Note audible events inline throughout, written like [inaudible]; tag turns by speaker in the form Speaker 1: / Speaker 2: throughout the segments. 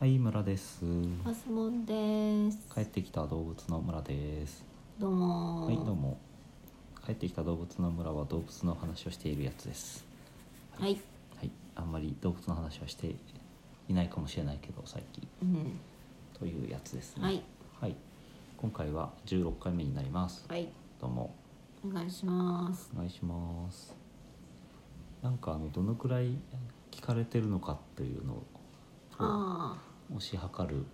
Speaker 1: はい村です
Speaker 2: マスモンです。
Speaker 1: 帰ってきた動物の村です
Speaker 2: どうも
Speaker 1: は
Speaker 2: ー。
Speaker 1: いどうも帰ってきた動物の村は動物の話をしているやつです
Speaker 2: はい。
Speaker 1: はいあんまり動物の話はしていないかもしれないけど最近
Speaker 2: うん。
Speaker 1: というやつですね
Speaker 2: はい、
Speaker 1: はい今回は16回目になります、
Speaker 2: はい。
Speaker 1: どうも
Speaker 2: お願いします。
Speaker 1: お願いしますなんかあのどのくらい聞かれてるのかっていうのを
Speaker 2: あ
Speaker 1: 推し量る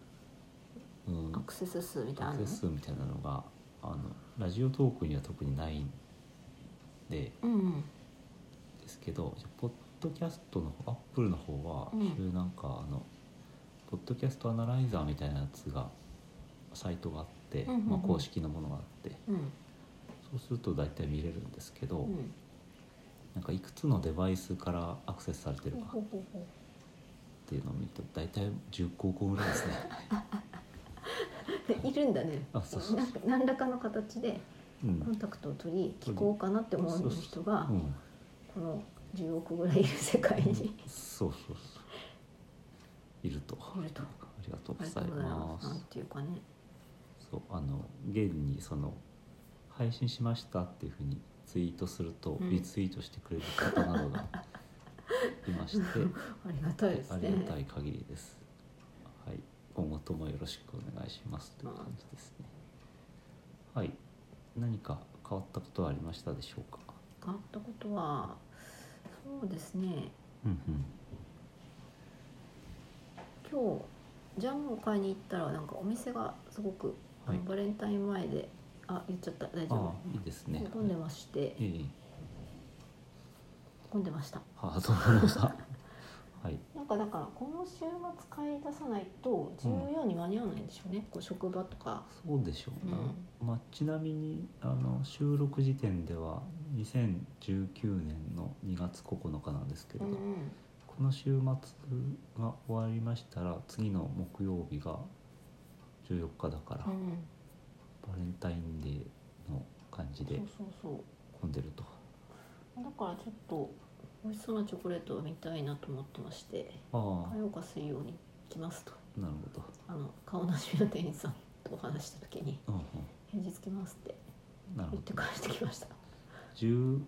Speaker 1: うん
Speaker 2: あ、アクセス数みたいな
Speaker 1: ア
Speaker 2: の
Speaker 1: クセス数みたいなのがあのラジオトークには特にないんで
Speaker 2: うん。
Speaker 1: ですけどポッドキャストのアップルの方は、
Speaker 2: うん
Speaker 1: そういうなんかあのポッドキャストアナライザーみたいなやつがサイトがあって、
Speaker 2: うんうんうん
Speaker 1: まあ、公式のものがあって
Speaker 2: うん。
Speaker 1: そうすると大体見れるんですけど、
Speaker 2: うん。
Speaker 1: なんかいくつのデバイスからアクセスされてるか
Speaker 2: ほうほうほ
Speaker 1: っていうのを見ると大体10個ぐらい
Speaker 2: [laughs]
Speaker 1: ですね
Speaker 2: ういるんだね。
Speaker 1: あそうそう
Speaker 2: なんか何らかの形で
Speaker 1: うん
Speaker 2: コンタクトを取り、聞こうかなって思う人が、
Speaker 1: うん
Speaker 2: この10億ぐらいいる世界に。
Speaker 1: そうそうそういると
Speaker 2: いると
Speaker 1: ありがとう
Speaker 2: あ
Speaker 1: ご
Speaker 2: りが
Speaker 1: ざい
Speaker 2: とうございま。
Speaker 1: ます
Speaker 2: なんていうかね。
Speaker 1: そうあの現にその配信しましたっていうふうにツイートすると、
Speaker 2: うん
Speaker 1: リツイートしてくれる方などが
Speaker 2: [laughs]
Speaker 1: いまして
Speaker 2: ありがたいです
Speaker 1: あ
Speaker 2: ね。
Speaker 1: りがたい限りですはい今後ともよろしくお願いしますという感じですねはい何か変わったことはありましたでしょうか
Speaker 2: 変わったことは。そうですね。
Speaker 1: うんうん
Speaker 2: 今日ジャムを買いに行ったらなんかお店がすごく、あ
Speaker 1: は
Speaker 2: の
Speaker 1: い
Speaker 2: バレンタイン前であ言っちゃった大丈
Speaker 1: あ
Speaker 2: 夫
Speaker 1: あいいですね
Speaker 2: 混んでまして
Speaker 1: ええ
Speaker 2: 混んでました
Speaker 1: はあどうもました
Speaker 2: [laughs]
Speaker 1: はい
Speaker 2: なんかだからこの週末買い出さないと14に間に合わないんでしょうね、こう職場とか
Speaker 1: そうでしょうな、まあ、ちなみにあの収録時点では2019年の2月9日なんですけれ
Speaker 2: う
Speaker 1: ど、
Speaker 2: んう
Speaker 1: こ
Speaker 2: ん
Speaker 1: の週末が終わりましたら次の木曜日が14日だから、
Speaker 2: う
Speaker 1: バ
Speaker 2: ん
Speaker 1: レンタインデーの感じ
Speaker 2: そう
Speaker 1: で
Speaker 2: そうそ
Speaker 1: 混んでると
Speaker 2: うだからちょっと美味しそうなチョコレートを見たいなと思ってまして
Speaker 1: ああ
Speaker 2: 火曜か水曜に来ますと
Speaker 1: なるほど、
Speaker 2: あの顔なじみの店員さんとお話しした時に
Speaker 1: うん
Speaker 2: 返事つきますって
Speaker 1: うん、なるほ
Speaker 2: 言って
Speaker 1: ど
Speaker 2: 返してきました
Speaker 1: 14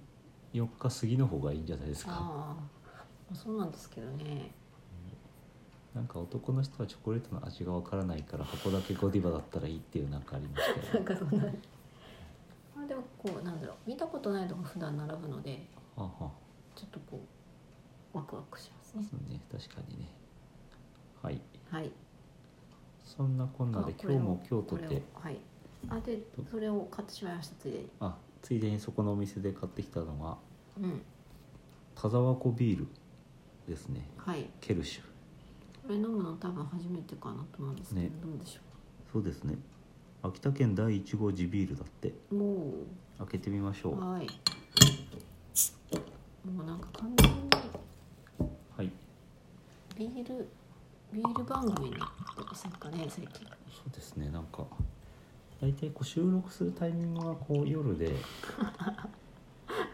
Speaker 1: 日過ぎの方がいいんじゃないですか
Speaker 2: ああそうなんですけどね
Speaker 1: なんか男の人はチョコレートの味がわからないから箱だけゴディバだったらいいっていうなんかありま
Speaker 2: [laughs]
Speaker 1: したよね
Speaker 2: なんかそんなまあでもこうなんだろう見たことないとこ普段並ぶので
Speaker 1: はあはあ
Speaker 2: ちょっとこうワクワクしますね
Speaker 1: そうね確かにねはい
Speaker 2: はい
Speaker 1: そんなこんなで
Speaker 2: あこ
Speaker 1: 今
Speaker 2: れを
Speaker 1: 日も今日と
Speaker 2: こ
Speaker 1: っ
Speaker 2: れを
Speaker 1: て
Speaker 2: はいあでそれを買ってしまいましたついでに
Speaker 1: あついでにそこのお店で買ってきたのが
Speaker 2: うん
Speaker 1: 田沢湖ビールですね
Speaker 2: はい
Speaker 1: ケルシュ
Speaker 2: これ飲むの多分初めてかなと思うんですけど、
Speaker 1: ね
Speaker 2: どうでしょ
Speaker 1: そうですね秋田県第1号地ビールだって
Speaker 2: うも
Speaker 1: 開けてみましょ
Speaker 2: う
Speaker 1: う
Speaker 2: はいもうなんか完全
Speaker 1: はい
Speaker 2: にビールビール番組になってませんかね最近
Speaker 1: そうですねなんか大体こう収録するタイミングがこう夜
Speaker 2: [laughs]
Speaker 1: でっ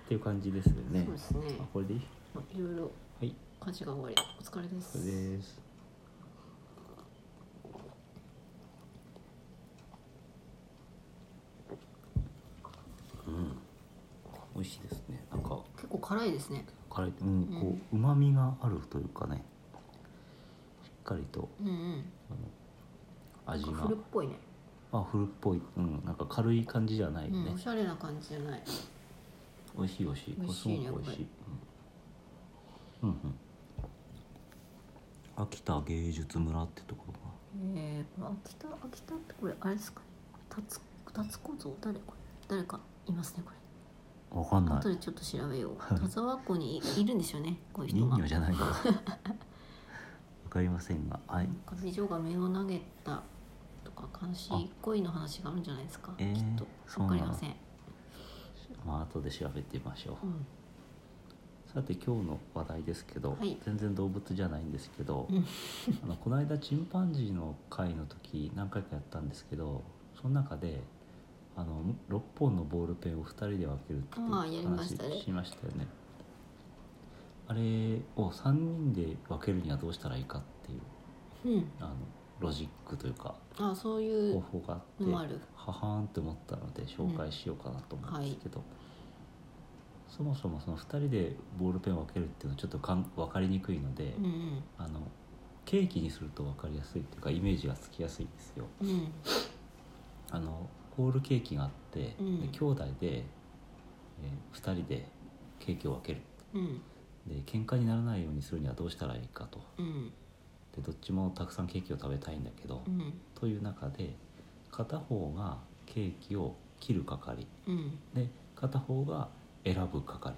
Speaker 1: ていう感じですよね
Speaker 2: そうですね
Speaker 1: あこれでいい
Speaker 2: まあいろいろ
Speaker 1: はい
Speaker 2: 家事が終わりお疲れです
Speaker 1: これですうん美味しいですねなんか
Speaker 2: 結構辛いですね
Speaker 1: 辛いうんこうまみがあるというかねしっかりと
Speaker 2: うんうん
Speaker 1: あの味
Speaker 2: フル
Speaker 1: が
Speaker 2: っぽいね
Speaker 1: あフルっぽいうんなんか軽い感じじゃないね、
Speaker 2: うん、おしゃれな感じじゃない
Speaker 1: 美味しい美味しい
Speaker 2: 美味しいね
Speaker 1: これすごく美味しいうん、うんうん秋田芸術村ってところが
Speaker 2: えー、これ秋田秋田ってこれあれですかねタツタツコ像誰これ誰かいますねこれ
Speaker 1: わかんない
Speaker 2: 後でちょっと調べよう田沢湖にいいるんでしょうねこういう人
Speaker 1: 人
Speaker 2: が
Speaker 1: 魚じゃないの [laughs] わかりませんがはい
Speaker 2: なんか美女が目を投げたとか悲しい恋の話があるんじゃないですか、
Speaker 1: えー
Speaker 2: きっと
Speaker 1: そう
Speaker 2: わ
Speaker 1: なの
Speaker 2: かりません
Speaker 1: まあ後で調べてみましょう、
Speaker 2: うん
Speaker 1: さて今日の話題ですけど、
Speaker 2: はい
Speaker 1: 全然動物じゃないんですけど、
Speaker 2: うん
Speaker 1: あのこの間チンパンジーの会の時何回かやったんですけどその中であの6本のボールペンを2人で分けるっていう
Speaker 2: ああやりま
Speaker 1: 話
Speaker 2: したね
Speaker 1: しましたよねあれを3人で分けるにはどうしたらいいかっていう
Speaker 2: うん
Speaker 1: あのロジックというか
Speaker 2: あそうい
Speaker 1: 方
Speaker 2: う
Speaker 1: 法があって
Speaker 2: のもある
Speaker 1: ははーんって思ったので紹介しようかなと思うんですけど、そもそもその2人でボールペンを分けるっていうのはちょっとかん分かりにくいので、
Speaker 2: うんうん
Speaker 1: あのケーキにすると分かりやすいっていうかイメージがつきやすいんですよ。
Speaker 2: うん
Speaker 1: あのホールケーキがあって、
Speaker 2: うん
Speaker 1: で兄弟で、え2人でケーキを分ける
Speaker 2: うん
Speaker 1: で喧嘩にならないようにするにはどうしたらいいかと
Speaker 2: うん
Speaker 1: でどっちもたくさんケーキを食べたいんだけど、
Speaker 2: うん
Speaker 1: という中で片方がケーキを切る係
Speaker 2: うん
Speaker 1: で片方が選ぶ係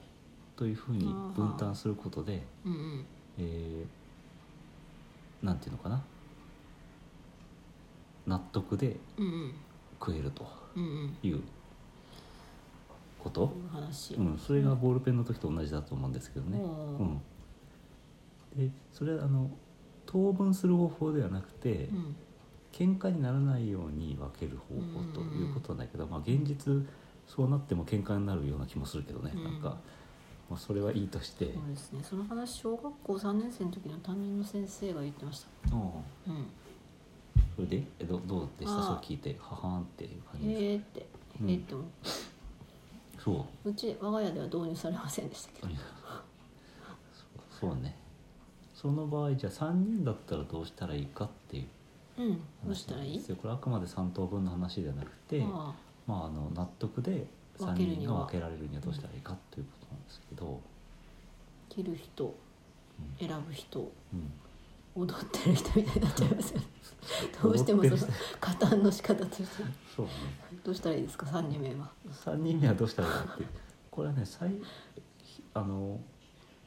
Speaker 1: というふうに分担することで、
Speaker 2: うんうん
Speaker 1: えーなんていうのかな納得で
Speaker 2: うんうん
Speaker 1: 食えると
Speaker 2: うん
Speaker 1: いうこと
Speaker 2: う、ん話
Speaker 1: うん、それがボールペンの時と同じだと思うんですけどね。
Speaker 2: うん
Speaker 1: うん、でそれはあの当分する方法ではなくて、
Speaker 2: うん
Speaker 1: 喧嘩にならないように分ける方法ということなんだけど、まあ、現実そうなっても喧嘩になるような気もするけどね、
Speaker 2: うん
Speaker 1: なんか、まあ、それはいいとして、
Speaker 2: そうですねその話小学校三年生の時の担任の先生が言ってました
Speaker 1: うん
Speaker 2: うん
Speaker 1: それでえどどうでし
Speaker 2: あ
Speaker 1: た
Speaker 2: ー
Speaker 1: そう聞いてははーんっていう感じです
Speaker 2: へえって
Speaker 1: うん
Speaker 2: へえって思った
Speaker 1: そう [laughs]
Speaker 2: うち我が家では導入されませんでしたけど
Speaker 1: ありがとうそうそうねその場合じゃあ3人だったらどうしたらいいかっていう
Speaker 2: うんどう
Speaker 1: 話
Speaker 2: した
Speaker 1: な
Speaker 2: ら
Speaker 1: ん
Speaker 2: い
Speaker 1: で
Speaker 2: い
Speaker 1: すよこれあくまで3等分の話ではなくて
Speaker 2: あ
Speaker 1: まあ、あの納得で3
Speaker 2: 分ける
Speaker 1: 人
Speaker 2: に
Speaker 1: が
Speaker 2: は
Speaker 1: 分けられるにはどうしたらいいかということなんですけど、
Speaker 2: あ切る人選ぶ人
Speaker 1: うん、
Speaker 2: 踊ってる人みたいになっちゃいますよねどうしてもそ
Speaker 1: 踊
Speaker 2: の
Speaker 1: ってる
Speaker 2: 加担の仕方として
Speaker 1: そうね
Speaker 2: どうしたらいいですか三人目は
Speaker 1: 3人目はどうしたらいいかってこれはね最あの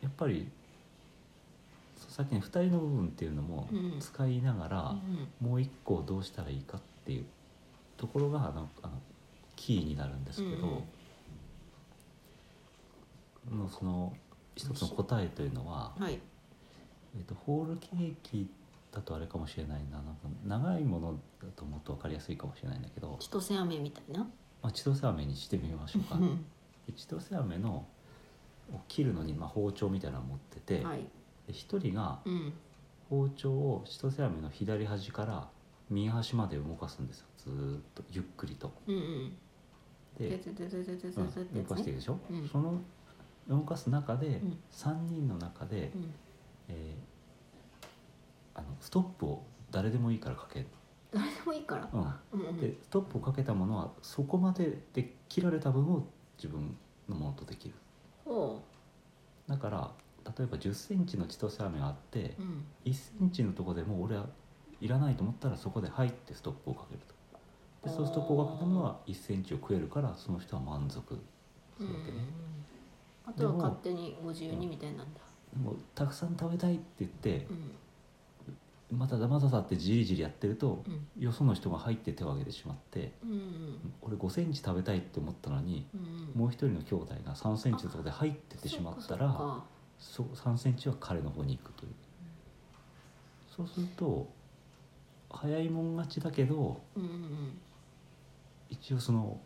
Speaker 1: やっぱりさっきの2人の部分っていうのも
Speaker 2: うん
Speaker 1: 使いながら、
Speaker 2: うん
Speaker 1: もう1個どうしたらいいかっていうところがあのあのキーになるんですけど、のその一つの答えというのは、
Speaker 2: はい
Speaker 1: えっとホールケーキだとあれかもしれないななんか長いものだともっと分かりやすいかもしれないんだけど、
Speaker 2: 千歳飴みたいな
Speaker 1: まあ、千歳飴にしてみましょう
Speaker 2: [laughs]
Speaker 1: か。
Speaker 2: うん
Speaker 1: で千歳飴のを切るのに、まあ、包丁みたいなのを持ってて、
Speaker 2: はい
Speaker 1: で一人が
Speaker 2: うん
Speaker 1: 包丁を千歳飴の左端から右端まで動かすんですよずーっとゆっくりと。
Speaker 2: うんうん
Speaker 1: で、
Speaker 2: ててててててて
Speaker 1: う
Speaker 2: ててて
Speaker 1: ん、動かしてるでしょ、
Speaker 2: うん
Speaker 1: その動かす中で、
Speaker 2: ん
Speaker 1: 3人の中で、
Speaker 2: うん
Speaker 1: えーあのストップを誰でもいいからかける、
Speaker 2: 誰でもいいから
Speaker 1: うん、
Speaker 2: うんうん
Speaker 1: でストップをかけたものはそこまでで切られた分を自分のものとできる
Speaker 2: ほ
Speaker 1: だから例えば1 0ンチの千歳飴があって
Speaker 2: ううん
Speaker 1: 1センチのとこでもう俺はいらないと思ったらそこで「はい」ってストップをかけるとでそのストップをかけたものは1センチを食えるからその人は満足す
Speaker 2: う
Speaker 1: るわ
Speaker 2: ん
Speaker 1: けね、
Speaker 2: あとは
Speaker 1: でも
Speaker 2: 勝手にご自由にみたいなんだ
Speaker 1: でもたくさん食べたいって言って
Speaker 2: うん
Speaker 1: まだだまだだってじりじりやってると
Speaker 2: うん
Speaker 1: よその人が入って手を挙げてしまって
Speaker 2: うんうん
Speaker 1: 俺5センチ食べたいって思ったのに
Speaker 2: うん
Speaker 1: もう一人の兄弟が3センチのとこで入ってってしまったら
Speaker 2: そっか
Speaker 1: そう3センチは彼の方に行くというそうすると早いもん勝ちだけど
Speaker 2: そっかうんうん
Speaker 1: 一応その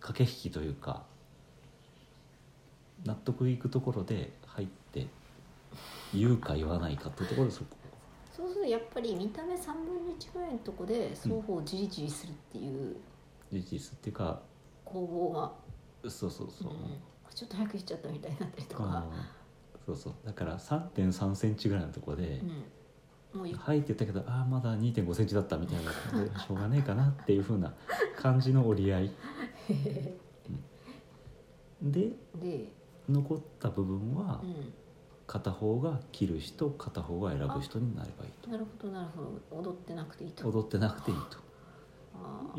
Speaker 1: 駆け引きというか納得いくところで入って言うか言わないかっていうところでそこ
Speaker 2: そうするとやっぱり見た目3分の1ぐらいのとこで双方じりじりするっていう
Speaker 1: 事実っていうか
Speaker 2: 攻防が、
Speaker 1: そうそうそう、
Speaker 2: うんちょっと早くしちゃったみたいになったりと
Speaker 1: あ
Speaker 2: か、
Speaker 1: のそうそうだから3 3センチぐらいのところで
Speaker 2: うん、もうゆっ
Speaker 1: 入ってたけどああまだ2 5センチだったみたいな感じでしょうがねえかなっていうふうな感じの折り合い
Speaker 2: くりで、
Speaker 1: で
Speaker 2: うん
Speaker 1: 残った部分は片方が切る人片方が選ぶ人になればいい
Speaker 2: なるほどなるほど踊ってなくていい
Speaker 1: と
Speaker 2: と
Speaker 1: 踊ってなくていい
Speaker 2: あ
Speaker 1: と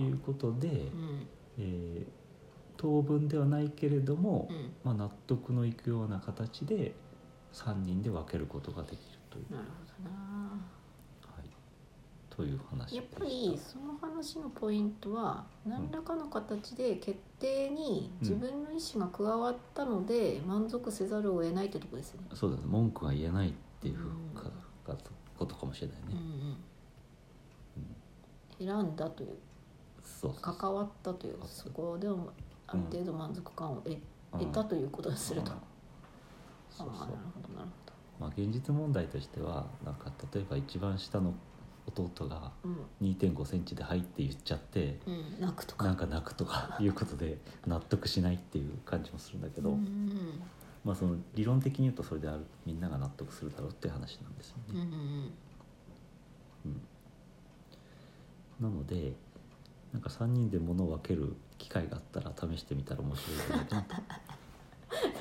Speaker 2: ー
Speaker 1: いうことで、
Speaker 2: うん
Speaker 1: えー当分ではないけれども、
Speaker 2: うん
Speaker 1: まあ、納得のいくような形で3人で分けることができるという、
Speaker 2: なるほどな
Speaker 1: はい、という話で
Speaker 2: やっ
Speaker 1: した
Speaker 2: ぱりその話のポイントは何らかの形で決定に自分の意思が加わったので満足せざるを得ないってとこですよね。
Speaker 1: そうだね文句は言えないっていうか
Speaker 2: うん
Speaker 1: かことかもしれないうね、
Speaker 2: ん
Speaker 1: うん
Speaker 2: うん、選んだという
Speaker 1: そうそう
Speaker 2: 関わったというそこでもある程度満足感を得,、
Speaker 1: うん
Speaker 2: 得たということにすると、
Speaker 1: うん
Speaker 2: あ
Speaker 1: そう
Speaker 2: あ
Speaker 1: そ
Speaker 2: な
Speaker 1: う
Speaker 2: るほどなるほ
Speaker 1: まあ、現実問題としてはなんか例えば一番下の弟が
Speaker 2: うん
Speaker 1: 2 5センチで「はい」って言っちゃって
Speaker 2: うん、泣くとか
Speaker 1: なんか泣くとかいうことで [laughs] 納得しないっていう感じもするんだけど、
Speaker 2: うんうん
Speaker 1: まあ、その理論的に言うとそれであるみんなが納得するだろうっていう話なんですよ
Speaker 2: うんう
Speaker 1: ね。
Speaker 2: んうん
Speaker 1: うんなのでなんか3人で物を分ける機会があったら試してみたら面白いんじゃないかなと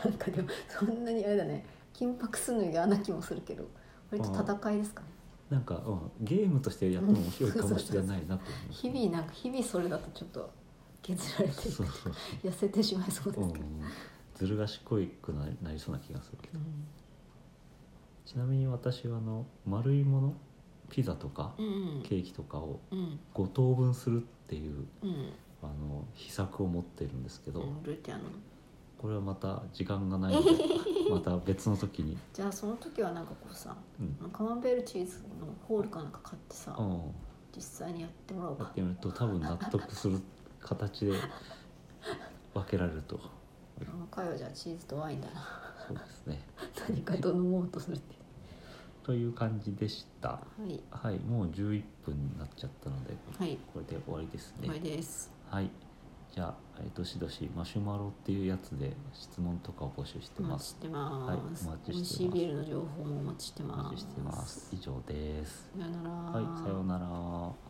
Speaker 2: なんかでもそんなにあれだね緊迫するの嫌な気もするけど割と戦いですかね
Speaker 1: なんか、うん、ゲームとしてやっても面白いかもしれないなと思います
Speaker 2: 日々なんか日々それだとちょっと削られていく
Speaker 1: そうそうそう
Speaker 2: 痩せてしまいそうで
Speaker 1: う
Speaker 2: すけど、
Speaker 1: ん、ずる賢いくななりそうな気がするけ
Speaker 2: う
Speaker 1: ど
Speaker 2: ん
Speaker 1: ちなみに私はあの丸いものピザとか
Speaker 2: うん
Speaker 1: ケーキとかを
Speaker 2: うん
Speaker 1: 5等分するっていう
Speaker 2: うん
Speaker 1: あの秘策を持ってるんですけど
Speaker 2: うんルーティンの
Speaker 1: これはまた時間がないので [laughs] また別の時に、
Speaker 2: じゃあその時はなんかこうさ
Speaker 1: うん
Speaker 2: カマンベールチーズのホールかなんか買ってさ、
Speaker 1: うん、
Speaker 2: 実際にやってもらおう
Speaker 1: や
Speaker 2: か
Speaker 1: ってみると多分納得する形で分けられると
Speaker 2: あの回はじゃあチーズとワインだ
Speaker 1: [laughs]
Speaker 2: な
Speaker 1: そうですね。
Speaker 2: 何かと飲もうとするって
Speaker 1: という感じでした。
Speaker 2: はい
Speaker 1: はい、もう11分になっちゃったので、
Speaker 2: はい
Speaker 1: これで終わりですね。
Speaker 2: 終わりです
Speaker 1: はい。じゃあ、えーどしどしマシュマロっていうやつで質問とかを募集して
Speaker 2: お
Speaker 1: ま
Speaker 2: 待ち
Speaker 1: す
Speaker 2: し。てます、
Speaker 1: はいお待
Speaker 2: 美
Speaker 1: ち
Speaker 2: 味
Speaker 1: して
Speaker 2: しい
Speaker 1: ます
Speaker 2: ビールの情報もお待ちして
Speaker 1: お
Speaker 2: ます
Speaker 1: 待ちしてます。以上です。
Speaker 2: さよなら
Speaker 1: はい、さようなら。